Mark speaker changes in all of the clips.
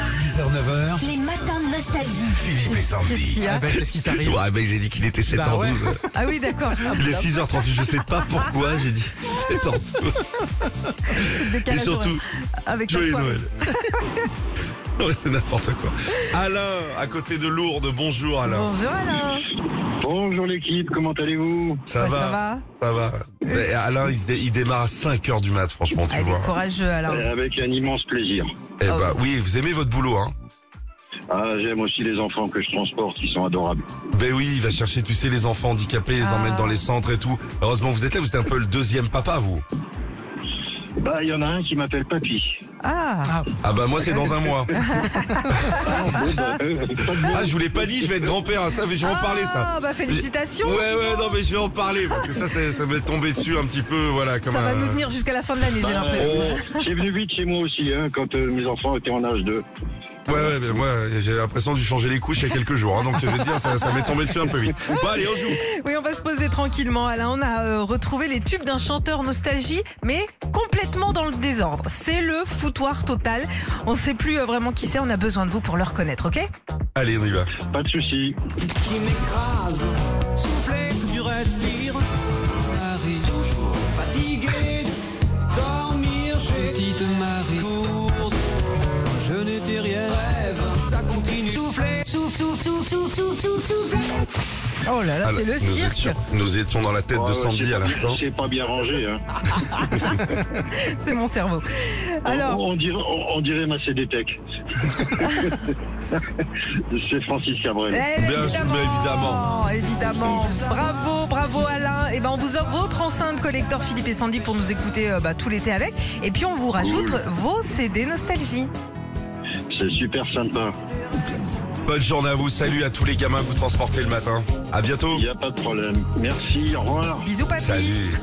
Speaker 1: 6h-9h,
Speaker 2: Les matins de nostalgie.
Speaker 1: Philippe et
Speaker 3: Qu'est-ce
Speaker 1: Sandy.
Speaker 3: qu'il y a
Speaker 4: Ah ben, qu'est-ce qui t'arrive
Speaker 5: Ouais, mais j'ai dit qu'il était 7h12.
Speaker 4: Bah ouais.
Speaker 3: Ah oui, d'accord.
Speaker 5: Il est 6h38, je sais pas pourquoi j'ai dit 7h12. Et
Speaker 3: Décalage
Speaker 5: surtout,
Speaker 3: horaire. Ah, avec la
Speaker 5: joyeux
Speaker 3: soirée.
Speaker 5: Noël. Ouais, c'est n'importe quoi. Alain, à côté de Lourdes, bonjour Alain.
Speaker 3: Bonjour Alain.
Speaker 6: Bonjour l'équipe, comment allez-vous
Speaker 5: Ça,
Speaker 3: Bah,
Speaker 5: va,
Speaker 3: Ça va
Speaker 5: ça va. Mais Alain, il, dé- il démarre à 5h du mat, franchement, tu
Speaker 3: Elle
Speaker 5: vois.
Speaker 3: est courageux Alain.
Speaker 6: Euh, Avec un immense plaisir.
Speaker 5: Eh bah oui, vous aimez votre boulot, hein
Speaker 6: Ah, J'aime aussi les enfants que je transporte, ils sont adorables.
Speaker 5: Ben oui, il va chercher, tu sais, les enfants handicapés, les
Speaker 3: Ah.
Speaker 5: emmène dans les centres et tout. Heureusement, vous êtes là, vous êtes un peu le deuxième papa, vous.
Speaker 6: Bah, il y en a un qui m'appelle Papy.
Speaker 3: Ah,
Speaker 5: Ah bah moi, c'est dans un mois.
Speaker 6: Bon, bah, euh, pas de
Speaker 5: Ah, je vous l'ai pas dit, je vais être grand-père, ah, ça, mais je vais en parler, ça.
Speaker 3: Ah bah félicitations.
Speaker 5: Ouais, ouais, non, mais je vais en parler, parce que ça, c'est- ça m'est tombé dessus un petit peu, voilà, comme
Speaker 3: Ça va
Speaker 5: un-
Speaker 3: nous tenir jusqu'à la fin de l'année, j'ai
Speaker 6: Bah,
Speaker 3: l'impression.
Speaker 5: Oh.
Speaker 6: C'est venu vite chez moi aussi, hein, quand euh, mes enfants étaient en âge de...
Speaker 5: Ouais, ouais, mais moi, j'ai l'impression de changer les couches il y a quelques jours, hein, donc je vais te dire, ça, ça m'est tombé dessus un peu vite. Bon, allez, on joue.
Speaker 3: Oui, on va se poser tranquillement, Alain. On a euh, retrouvé les tubes d'un chanteur nostalgie, mais complètement dans le désordre. C'est le foutoir total. On sait plus euh, vraiment qui c'est. On a besoin de vous pour le reconnaître, ok
Speaker 5: Allez, on y va.
Speaker 6: Pas de soucis.
Speaker 7: qui m'écrase, souffler du respire,
Speaker 1: Marie,
Speaker 7: fatigué de dormir chez
Speaker 1: petite Marie,
Speaker 7: courde, je n'étais rien, rêve, ça continue, souffler, souffle, souffle, souffle, souffle, souffle, souffle, souffle.
Speaker 3: Oh là là,
Speaker 5: Alain,
Speaker 3: c'est le
Speaker 5: nous,
Speaker 3: cirque.
Speaker 5: étions, nous étions dans la tête
Speaker 6: Ouais,
Speaker 5: de
Speaker 6: ouais,
Speaker 5: Sandy
Speaker 6: c'est
Speaker 5: à
Speaker 6: pas-
Speaker 5: l'instant.
Speaker 6: C'est pas bien rangé. Hein.
Speaker 3: C'est mon cerveau.
Speaker 6: On-
Speaker 3: Alors,
Speaker 6: on, dirait, on, on dirait ma CDTech. c'est Francis Cabrel.
Speaker 3: Eh,
Speaker 5: Bien joué,
Speaker 3: évidemment, évidemment. Bravo, bravo Alain. Et ben on vous offre votre enceinte collector Philippe et Sandy pour nous écouter euh, bah, tout l'été avec. Et puis on vous rajoute
Speaker 6: Cool.
Speaker 3: vos CD nostalgie.
Speaker 6: C'est super sympa.
Speaker 5: Bonne journée à vous, salut à tous les gamins que vous transportez le matin. À bientôt.
Speaker 6: Il n'y a pas de problème. Merci, au revoir.
Speaker 3: Bisous papy.
Speaker 5: Salut.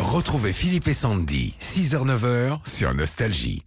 Speaker 1: Retrouvez Philippe et Sandy, 6h-9h, sur Nostalgie.